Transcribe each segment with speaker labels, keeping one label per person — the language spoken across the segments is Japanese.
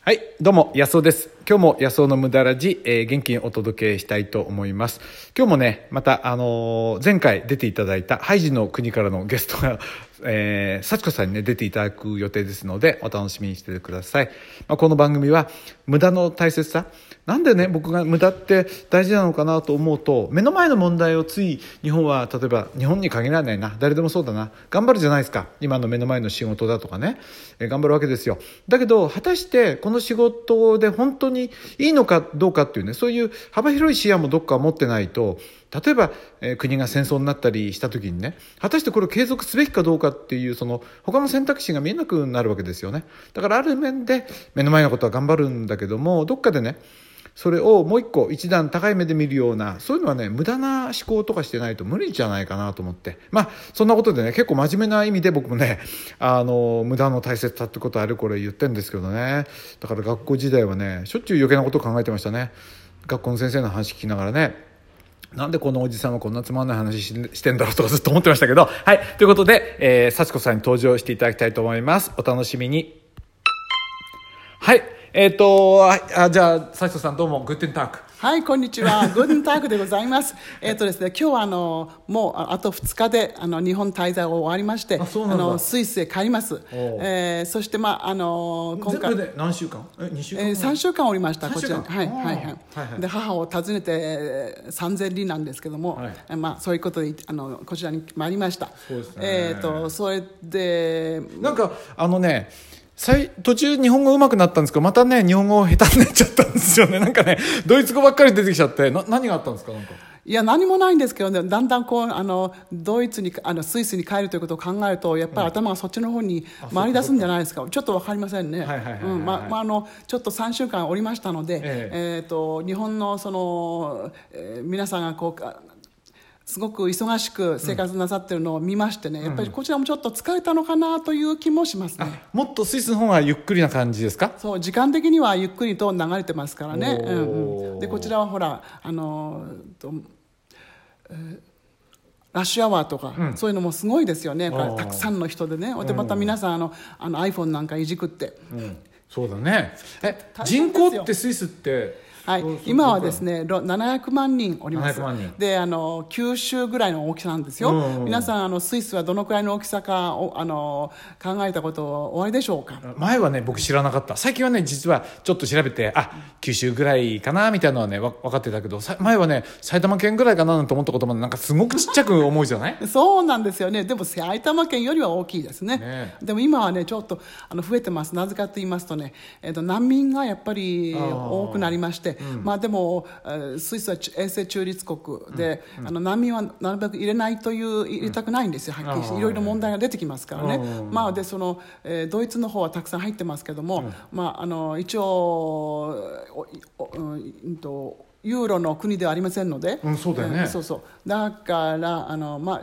Speaker 1: はい、どうも、安尾です。今日も安尾の無駄ラジ、えー元気にお届けしたいと思います。今日もね、また、あのー前回出ていただいた、ハイジの国からのゲストが、 えー、幸子さんにね、出ていただく予定ですので、お楽しみにしててください。まあ、この番組は、無駄の大切さ。なんでね、僕が無駄って大事なのかなと思うと、目の前の問題をつい、日本は、例えば、日本に限らないな、誰でもそうだな、頑張るじゃないですか。今の目の前の仕事だとかね、えー頑張るわけですよ。だけど、果たして、この仕事で本当にいいのかどうかっていうね、そういう幅広い視野もどっか持ってないと、例えば、えー国が戦争になったりした時にね、果たしてこれを継続すべきかどうかっていう、その、他の選択肢が見えなくなるわけですよね。だからある面で、目の前のことは頑張るんだけども、どっかでね、それをもう一個一段高い目で見るようなそういうのはね無駄な思考とかしてないと無理じゃないかなと思ってまあそんなことでね結構真面目な意味で僕もねあの無駄の大切さってことあれこれ言ってるんですけどねだから学校時代はねしょっちゅう余計なことを考えてましたね学校の先生の話聞きながらねなんでこのおじさんはこんなつまんない話ししてんだろうとかずっと思ってましたけど。はい。ということで、えー、幸子さんに登場していただきたいと思います。お楽しみに。はい。えっ、と、あ、あじゃあ、幸子さんどうも、グッテンターク。
Speaker 2: はい、こんにちは。グーデンタークでございます。えっとですね、今日はあの、もうああと2日で、あの、日本滞在を終わりまして、
Speaker 1: あ
Speaker 2: あ
Speaker 1: そうなんだ
Speaker 2: の、スイスへ帰ります。
Speaker 1: おう
Speaker 2: えーそして、まあ、あの、今回、
Speaker 1: で何週間え、2週
Speaker 2: えー、3週間おりました、
Speaker 1: 三
Speaker 2: こ
Speaker 1: 週
Speaker 2: ち
Speaker 1: 間
Speaker 2: らに。はい、
Speaker 1: あー
Speaker 2: はい、はい
Speaker 1: はいはい。
Speaker 2: で、母を訪ねて、えー3000里なんですけども、
Speaker 1: はい
Speaker 2: えーまあ、そういうことで、あの、こちらに参りました。
Speaker 1: そうですね
Speaker 2: えっと、それで、
Speaker 1: なんか、あのね、最途中日本語上手くなったんですけど、またね、日本語下手になっちゃったんですよね。なんかね、ドイツ語ばっかり出てきちゃって、な何があったんですかなんか。
Speaker 2: いや何もないんですけどねだんだんこうあのドイツにあのスイスに帰るということを考えるとやっぱり頭がそっちの方に回り出すんじゃないですかちょっとわかりませんね
Speaker 1: はいはいはいはい
Speaker 2: うんままああのちょっと3週間おりましたので、
Speaker 1: え
Speaker 2: えーと日本のその、えー皆さんがこうかすごく忙しく生活なさってるのを見ましてね、やっぱりこちらもちょっと疲れたのかなという気もしますね。
Speaker 1: もっとスイスの方がゆっくりな感じですか
Speaker 2: そう時間的にはゆっくりと流れてますからね、
Speaker 1: お
Speaker 2: う
Speaker 1: ー
Speaker 2: んうん、でこちらはほらあのーと、えーラッシュアワーとか、そういうのもすごいですよねこれ
Speaker 1: あー
Speaker 2: たくさんの人でねでまた皆さんあのあの iPhone なんかいじくって、
Speaker 1: そうだね。え、
Speaker 2: 大
Speaker 1: 人
Speaker 2: 変です
Speaker 1: 口
Speaker 2: よ
Speaker 1: ってスイスって。
Speaker 2: はい
Speaker 1: そうそう、
Speaker 2: 今はです
Speaker 1: ど
Speaker 2: ねろ700万人おります
Speaker 1: 700万人
Speaker 2: であの九州ぐらいの大きさなんですよ、
Speaker 1: うんうんうん
Speaker 2: 皆さんあのスイスはどのくらいの大きさかおあの考えたことおありでしょうか
Speaker 1: こか前はね、僕知らなかった。最近はね、実はちょっと調べて、あ、九州ぐらいかな、みたいなのはね、わ分かってたけど、さ前はね、埼玉県ぐらいかな、なんて思ったことも、なんかすごくちっちゃく思うじゃない
Speaker 2: そうなんですよね、でも埼玉県よりは大きいですね、
Speaker 1: ね
Speaker 2: でも今はね、ちょっとあの増えてます、なぜかと言いますとね、えっと難民がやっぱり
Speaker 1: あー
Speaker 2: 多くなりまして、まあ、でも、えースイスはち永世中立国で、あの難民はなるべく入れないという、入れたくないんですよ、はっきりし
Speaker 1: あー
Speaker 2: て、いろいろ問題が出てきますからね、
Speaker 1: うん
Speaker 2: まあ、でその、えードイツの方はたくさん入ってますけども、まあ、あの一応おおうんと、ユーロの国ではありませんので。
Speaker 1: うんそうだよね
Speaker 2: んそうそうだからあのまあ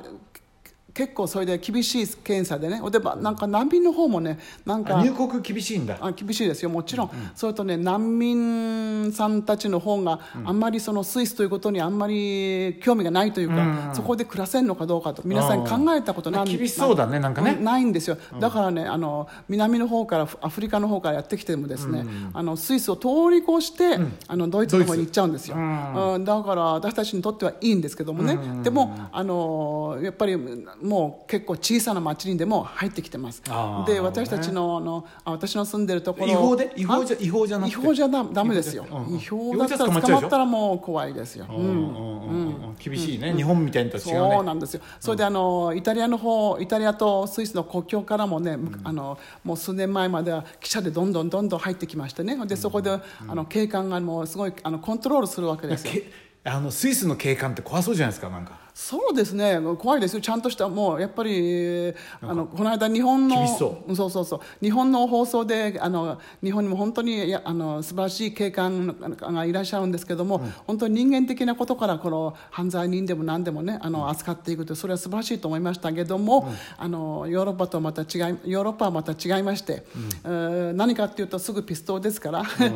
Speaker 2: け結構それで厳しい検査でねおでばなんか難民の方もねなんか
Speaker 1: あ入国厳しいんだ。
Speaker 2: あ厳しいですよもちろん、それとね難民さんたちの方があんまりそのスイスということにあんまり興味がないというか、そこで暮らせるのかどうかと皆さん考えたことなん
Speaker 1: あー厳しそうだねなんかね
Speaker 2: うないんですよだからねあの南の方からアフリカの方からやってきてもですね、あのスイスを通り越して、あのドイツの方に行っちゃうんですよ、うんだから私たちにとってはいいんですけどもね、でもあのやっぱりもう結構小さな町にでも入ってきてます
Speaker 1: あー
Speaker 2: で私たちのあのあ私の住んでるところ
Speaker 1: 違法で違法じゃ違法じゃなく
Speaker 2: 違
Speaker 1: て
Speaker 2: 法じゃダダメですよ
Speaker 1: うんうん
Speaker 2: 違法だったら捕まったらもう怖いですよ、
Speaker 1: うんうんうんうん厳しいね。日本みたいにとは違うね。
Speaker 2: そうなんですよ、それであのイタリアの方イタリアとスイスの国境からもね、あのもう数年前までは汽車でどんどんどんどん入ってきましてね、でそこで、あの警官がもうすごいあのコントロールするわけですよ。
Speaker 1: けあのスイスの警官って怖そうじゃないですかなんか
Speaker 2: そうですね怖いですよ、ちゃんとした、もうやっぱり、あのこの間、日本の
Speaker 1: 厳しそ
Speaker 2: うんそうそうそう日本の放送で、あの日本にも本当にいやあの素晴らしい警官がいらっしゃるんですけども、本当に人間的なことからこの犯罪人でも何でもねあの扱っていくと、それは素晴らしいと思いましたけども、あのヨーロッパとまた違い、ヨーロッパはまた違いまして、えー何かっていうと、すぐピストルですから。
Speaker 1: すご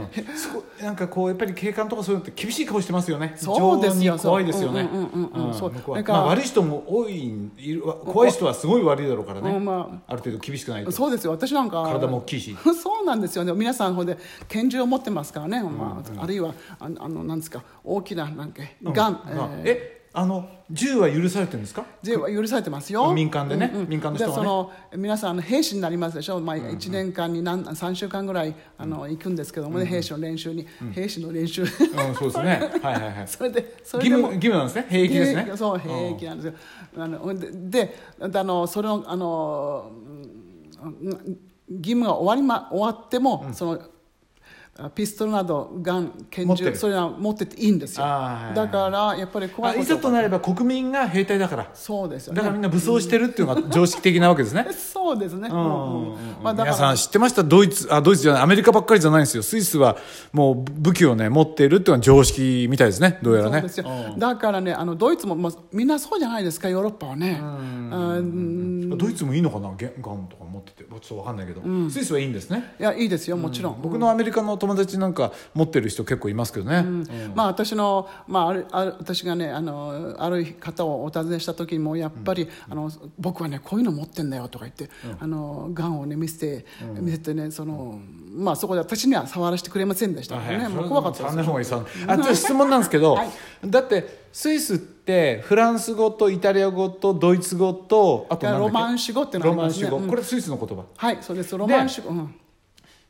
Speaker 1: いなんかこうやっぱり警官とかそういうのって厳しい顔してますよね
Speaker 2: そうです
Speaker 1: 非常
Speaker 2: よ。
Speaker 1: に怖いですよね
Speaker 2: そううんうんうんうんそう
Speaker 1: 怖い
Speaker 2: なんか
Speaker 1: まあ、悪い人も多いいるわ怖い人はすごい悪いだろうからね、
Speaker 2: うんま
Speaker 1: あ、る程度厳しくないと
Speaker 2: そうですよ私なんか
Speaker 1: 体も大きいし
Speaker 2: そうなんですよね皆さんほんで拳銃を持ってますからね、まああるいはあのあのなんですか大きななんかガン、
Speaker 1: うん
Speaker 2: えー
Speaker 1: えあの銃は許されてるんです か
Speaker 2: 税は許されてますよ
Speaker 1: 民間でね
Speaker 2: うんうん
Speaker 1: 民間の人はね
Speaker 2: でその皆さんあの兵士になりますでしょ、まあ、1年間に何3週間ぐらいあの行くんですけどもね、兵士の練習に、兵士の練習
Speaker 1: うん、そうですね。はいはいはい。義
Speaker 2: それでそれで
Speaker 1: 務
Speaker 2: も
Speaker 1: 義務なんですね。兵役ですね。
Speaker 2: そう兵役なんですよあのでであのそれのあのうん義務が終わりま終わっても、そのあピストルなどガン拳
Speaker 1: 持って
Speaker 2: 銃
Speaker 1: る
Speaker 2: それは持ってっていいんですよ
Speaker 1: あーはい
Speaker 2: だからやっぱり怖
Speaker 1: あ
Speaker 2: いこ
Speaker 1: いざとなれば国民が兵隊だから。
Speaker 2: そうですよね
Speaker 1: だからみんな武装してるっていうのが常識的なわけですね。
Speaker 2: そうですね。
Speaker 1: うん
Speaker 2: まあ、だ
Speaker 1: 皆
Speaker 2: か
Speaker 1: さ
Speaker 2: ら
Speaker 1: ん。知ってましたドイツあドイツじゃないアメリカばっかりじゃないんですよスイスはもう武器をね持っているっていうのは常識みたいですねどうや
Speaker 2: そ
Speaker 1: ら
Speaker 2: う
Speaker 1: ね
Speaker 2: ですよだからね、あのドイツも、まあ、みんなそうじゃないですか、ヨーロッパはね。うん
Speaker 1: うんドイツもいいのかなゲガンとか持っててちょっと分かんないけど、スイスはいいんですね
Speaker 2: いや、いいですよ、もちろん。
Speaker 1: 僕のアメリカの友達なんか持ってる人結構いますけどね、
Speaker 2: まあ、私の、まあ、ある、ある、私がね、あの、ある方をお尋ねした時にも、やっぱり、あの、僕はね、こういうの持ってんだよとか言って。あの、ガンをね、見せて、見せてね、その、まあ、そこで私には触らせてくれませんでしたからね、もう怖かったで
Speaker 1: あ
Speaker 2: す
Speaker 1: んな。方がいいさあと質問なんですけ ど、だってスイスってフランス語とイタリア語とドイツ語とあとなんだっけ
Speaker 2: ロマンシュ語ってのあ
Speaker 1: ロ
Speaker 2: り
Speaker 1: マ
Speaker 2: ま
Speaker 1: ン
Speaker 2: す
Speaker 1: シ
Speaker 2: ね
Speaker 1: ュ語、
Speaker 2: うん
Speaker 1: これスイスの言葉
Speaker 2: はい、そうです、ロマンシュ語。うん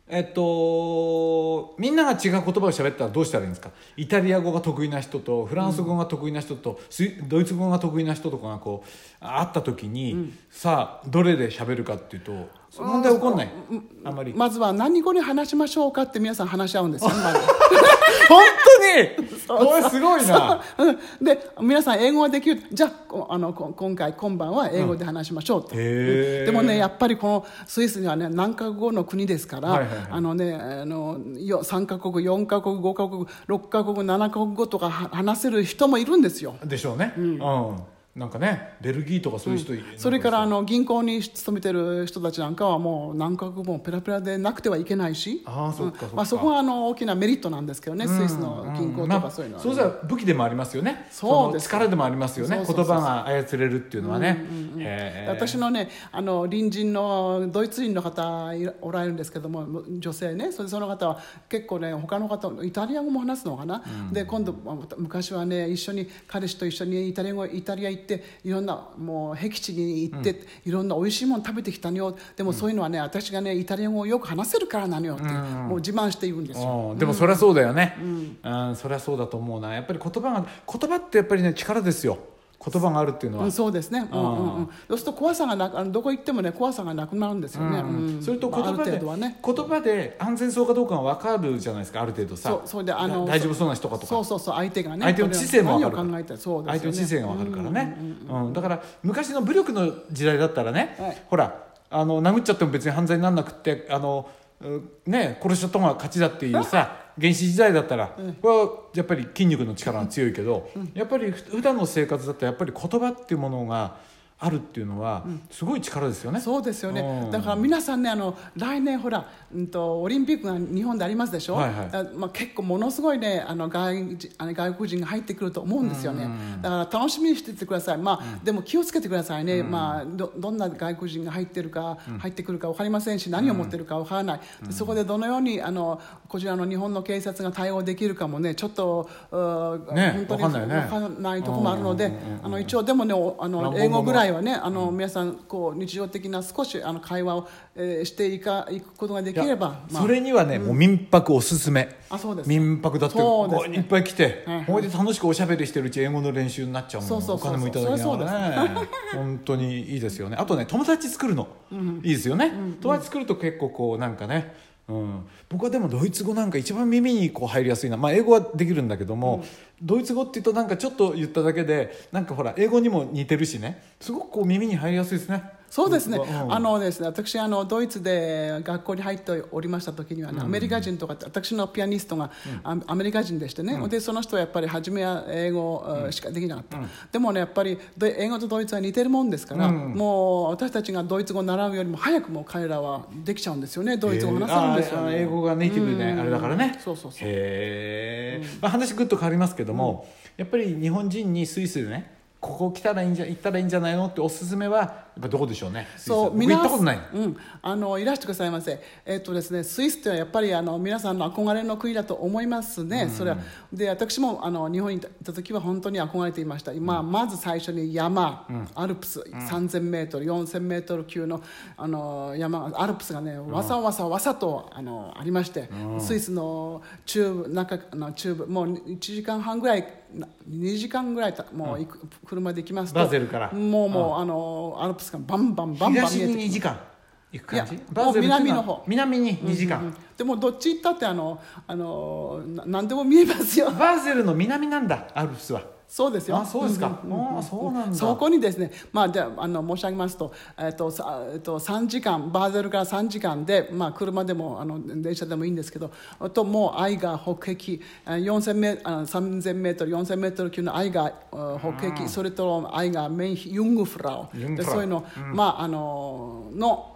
Speaker 1: えっとみんなが違う言葉を喋ったらどうしたらいいんですかイタリア語が得意な人とフランス語が得意な人と、スイドイツ語が得意な人とかがこう会った時に、さあどれで喋るかっていうと問題起こんない、あんまり、
Speaker 2: まずは何語に話しましょうかって皆さん話し合うん ですよ、まず
Speaker 1: 本当にこれすごいな
Speaker 2: うんで皆さん英語ができるじゃあこあのこ今回今晩は英語で話しましょうと、
Speaker 1: へー
Speaker 2: でもねやっぱりこのスイスにはね何カ国語の国ですから、
Speaker 1: はいはいはい
Speaker 2: あのねあのよ3カ国4カ国5カ国6カ国7カ国語とかは話せる人もいるんですよ
Speaker 1: でしょうね、うんなんかねベルギーとかそういう人い、
Speaker 2: それからあの銀行に勤めてる人たちなんかはもう何カ国もペラペラでなくてはいけないし
Speaker 1: あーそっかそっか
Speaker 2: まあ、そこはあの大きなメリットなんですけどね、スイスの銀行と
Speaker 1: ま
Speaker 2: か
Speaker 1: あ
Speaker 2: そういうのはね、
Speaker 1: そうしたら武器でもありますよね
Speaker 2: そうです
Speaker 1: の力でもありますよね
Speaker 2: そうそうそうそう
Speaker 1: 言葉が操れるっていうのはね、へえ
Speaker 2: 私のねあの隣人のドイツ人の方いらおられるんですけども女性ねそれでその方は結構ね他の方イタリア語も話すのかな、で今度また昔はね一緒に彼氏と一緒にイタリア語イタリア行っていろんなもう僻地に行って、いろんな美味しいもの食べてきたのよでもそういうのはね私がねイタリア語をよく話せるからなのよって、もう自慢しているんですよ。
Speaker 1: うんでもそりゃそうだよね、うんそりゃそうだと思うなやっぱり言葉が言葉ってやっぱりね力ですよ言葉があるっていうのは、
Speaker 2: うん、そうですね、うんうんうん、そうすると怖さがなくあのどこ行ってもね怖さがなくなるんですよね、うん
Speaker 1: それと言
Speaker 2: まああ
Speaker 1: 葉
Speaker 2: る
Speaker 1: で、
Speaker 2: 程度はね
Speaker 1: 言葉で安全そうかどうかが分かるじゃないですかある程度さ
Speaker 2: そうそれであの
Speaker 1: 大丈夫そうな人かとか
Speaker 2: そうそうそう相手がね
Speaker 1: 相手の知性も分かる
Speaker 2: 何を考えてそうですよね
Speaker 1: 相手の知性が分かるからね、うんだから昔の武力の時代だったらね、
Speaker 2: はい
Speaker 1: ほらあの殴っちゃっても別に犯罪にならなくってあの、うんね、殺しちゃった方が勝ちだっていう さ原始時代だったら、これはやっぱり筋肉の力が強いけど、やっぱりふ普段の生活だったらやっぱり言葉っていうものがあるっていうのはすごい力ですよね。
Speaker 2: そうですよ
Speaker 1: う
Speaker 2: ね
Speaker 1: ん
Speaker 2: だから皆さんねあの来年ほら、うん、とオリンピックが日本でありますでしょ、
Speaker 1: はいはい
Speaker 2: だまあ、結構ものすごいねあの外人あの外国人が入ってくると思うんですよねだから楽しみにしててください、まあでも気をつけてくださいね、まあ、どどんな外国人が入ってるか、入ってくるか分かりませんし何を持ってるか分からない、そこでどのようにあのこちらの日本の警察が対応できるかもねちょっと、うー
Speaker 1: ね
Speaker 2: 本当に
Speaker 1: わかんないよね
Speaker 2: わからないところもあるのであの一応でもねおあ
Speaker 1: まあ
Speaker 2: の英語ぐらいはね、あの皆さんこう日常的な少しあの会話を、えーしていかいくことができれば、まあ
Speaker 1: それにはね、もう民泊おすすめ
Speaker 2: あそうですか
Speaker 1: 民泊だって
Speaker 2: そうですね
Speaker 1: こういっぱい来て、
Speaker 2: はいはい
Speaker 1: ほいで楽しくおしゃべりしてるうち英語の練習になっちゃうもん
Speaker 2: そうそうそうそう
Speaker 1: お金もいただきながらね本当にいいですよねあとね友達作るの、いいですよね、友達作ると結構こうなんかねうん、僕はでもドイツ語なんか一番耳にこう入りやすいな、まあ、英語はできるんだけども、ドイツ語って言うとなんかちょっと言っただけでなんかほら英語にも似てるしねすごくこう耳に入りやすいですね
Speaker 2: そうですね、
Speaker 1: 僕はうん
Speaker 2: あのですね私あの、ドイツで学校に入っておりました時にはね、アメリカ人とかって、私のピアニストが、あアメリカ人でしてね、でその人はやっぱり初めは英語えーしかできなかった、でもね、やっぱりど英語とドイツは似てるもんですから、もう私たちがドイツ語を習うよりも早くもう彼らはできちゃうんですよね、ドイツ語を話せるんですよ
Speaker 1: えーあー
Speaker 2: ね。
Speaker 1: 英語がネイティブであれだからね。
Speaker 2: そうそうそう
Speaker 1: へえ。まあ話ぐっと変わりますけども、やっぱり日本人にスイスでね。ここ来たらいいんじゃ行ったらいいんじゃないのっておすすめはやっぱどこでしょうねスイス
Speaker 2: そう
Speaker 1: 僕行ったことないの
Speaker 2: うん、あのいらしてくださいませ。えっ、とですね、スイスってやっぱりあの皆さんの憧れの国だと思いますね。それはで私もあの日本に行った時は本当に憧れていました。今、まず最初に山、アルプス3000メートル、4000メートル級のあの山がアルプスがね、わさわさわさとあのありまして、スイスの中部中あの中部もう1時間半ぐらい。な2時間ぐらいたもう行く、車で行きますと
Speaker 1: バゼルから
Speaker 2: もうもう、あのアルプスがバンバンバンバン
Speaker 1: 東
Speaker 2: 見えて
Speaker 1: に2時間行く感じ
Speaker 2: いや
Speaker 1: バーゼルっていうは
Speaker 2: もう南の方
Speaker 1: 南に2時間、
Speaker 2: でもどっち行ったってあのあのな何でも見えますよ
Speaker 1: バーゼルの南なんだアルプスは
Speaker 2: そうですよ
Speaker 1: あそうですか、
Speaker 2: んんん
Speaker 1: ああそうなんだ
Speaker 2: そこにですね、まあ、であの申し上げますと,、えっとさえっと3時間バーゼルから3時間で、まあ、車でもあの電車でもいいんですけどあともうアイガー北壁えー4000メーあの3000メートル4000メートル級のアイガーえー北壁それとアイガーメインヒユングフラウ
Speaker 1: ユング
Speaker 2: で
Speaker 1: フラウ
Speaker 2: そういうの,、まあ、あのの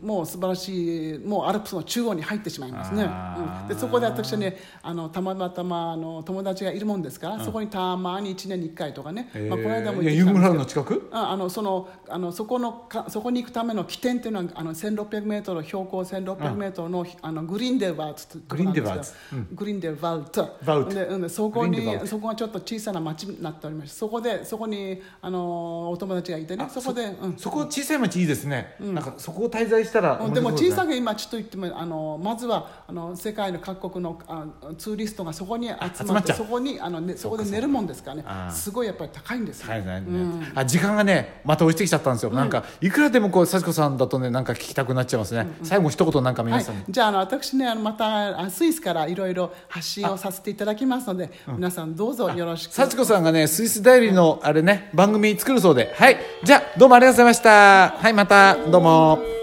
Speaker 2: もう素晴らしいもうアルプスの中央に入ってしまいますね、
Speaker 1: あー
Speaker 2: うん、でそこで私はねあのたまたまあの友達がいるもんですから、そこにたまに1年に1回とかね、まあ、この間も
Speaker 1: えーいや
Speaker 2: 行っ
Speaker 1: ユ
Speaker 2: てきた
Speaker 1: ン
Speaker 2: ん
Speaker 1: グ
Speaker 2: です
Speaker 1: ラ
Speaker 2: け
Speaker 1: ウン
Speaker 2: ど
Speaker 1: の近く
Speaker 2: ああのそのあのそこのかそこに行くための起点っていうのはあの1600メートル標高1600メートルの,、あのグリーンデルワルツってとこなんですけど
Speaker 1: グリーンデルワルツ
Speaker 2: グリーン
Speaker 1: ワルツ
Speaker 2: デルワルツでうんそこ
Speaker 1: グリーンデルワル
Speaker 2: に
Speaker 1: ツ
Speaker 2: そこがちょっと小さな町になっておりましてそこでそこにあのお友達がいてね
Speaker 1: あ
Speaker 2: そこでうん
Speaker 1: そこ小さい町いいですね、なんかそこを滞在したら、
Speaker 2: うんでも小さ
Speaker 1: く
Speaker 2: く今ちょっと言ってもあのまずはあの世界の各国のあツーリストがそこに集まって
Speaker 1: 集まっちゃう
Speaker 2: そこにあの、ね、そこで寝るもんですからね
Speaker 1: あー
Speaker 2: すごいやっぱり高いんですよ、
Speaker 1: はいはいねあ時間がねまた落ちてきちゃったんですよ、なんかいくらでもこう幸子さんだとねなんか聞きたくなっちゃいますね、最後一言なんか皆
Speaker 2: はい
Speaker 1: さんに、、
Speaker 2: じゃああの私ねあのまたあスイスからいろいろ発信をさせていただきますので、皆さんどうぞよろしく
Speaker 1: 幸子さんがねスイスダイアリーのあれね番組作るそうではいじゃあどうもありがとうございましたはいまたどうも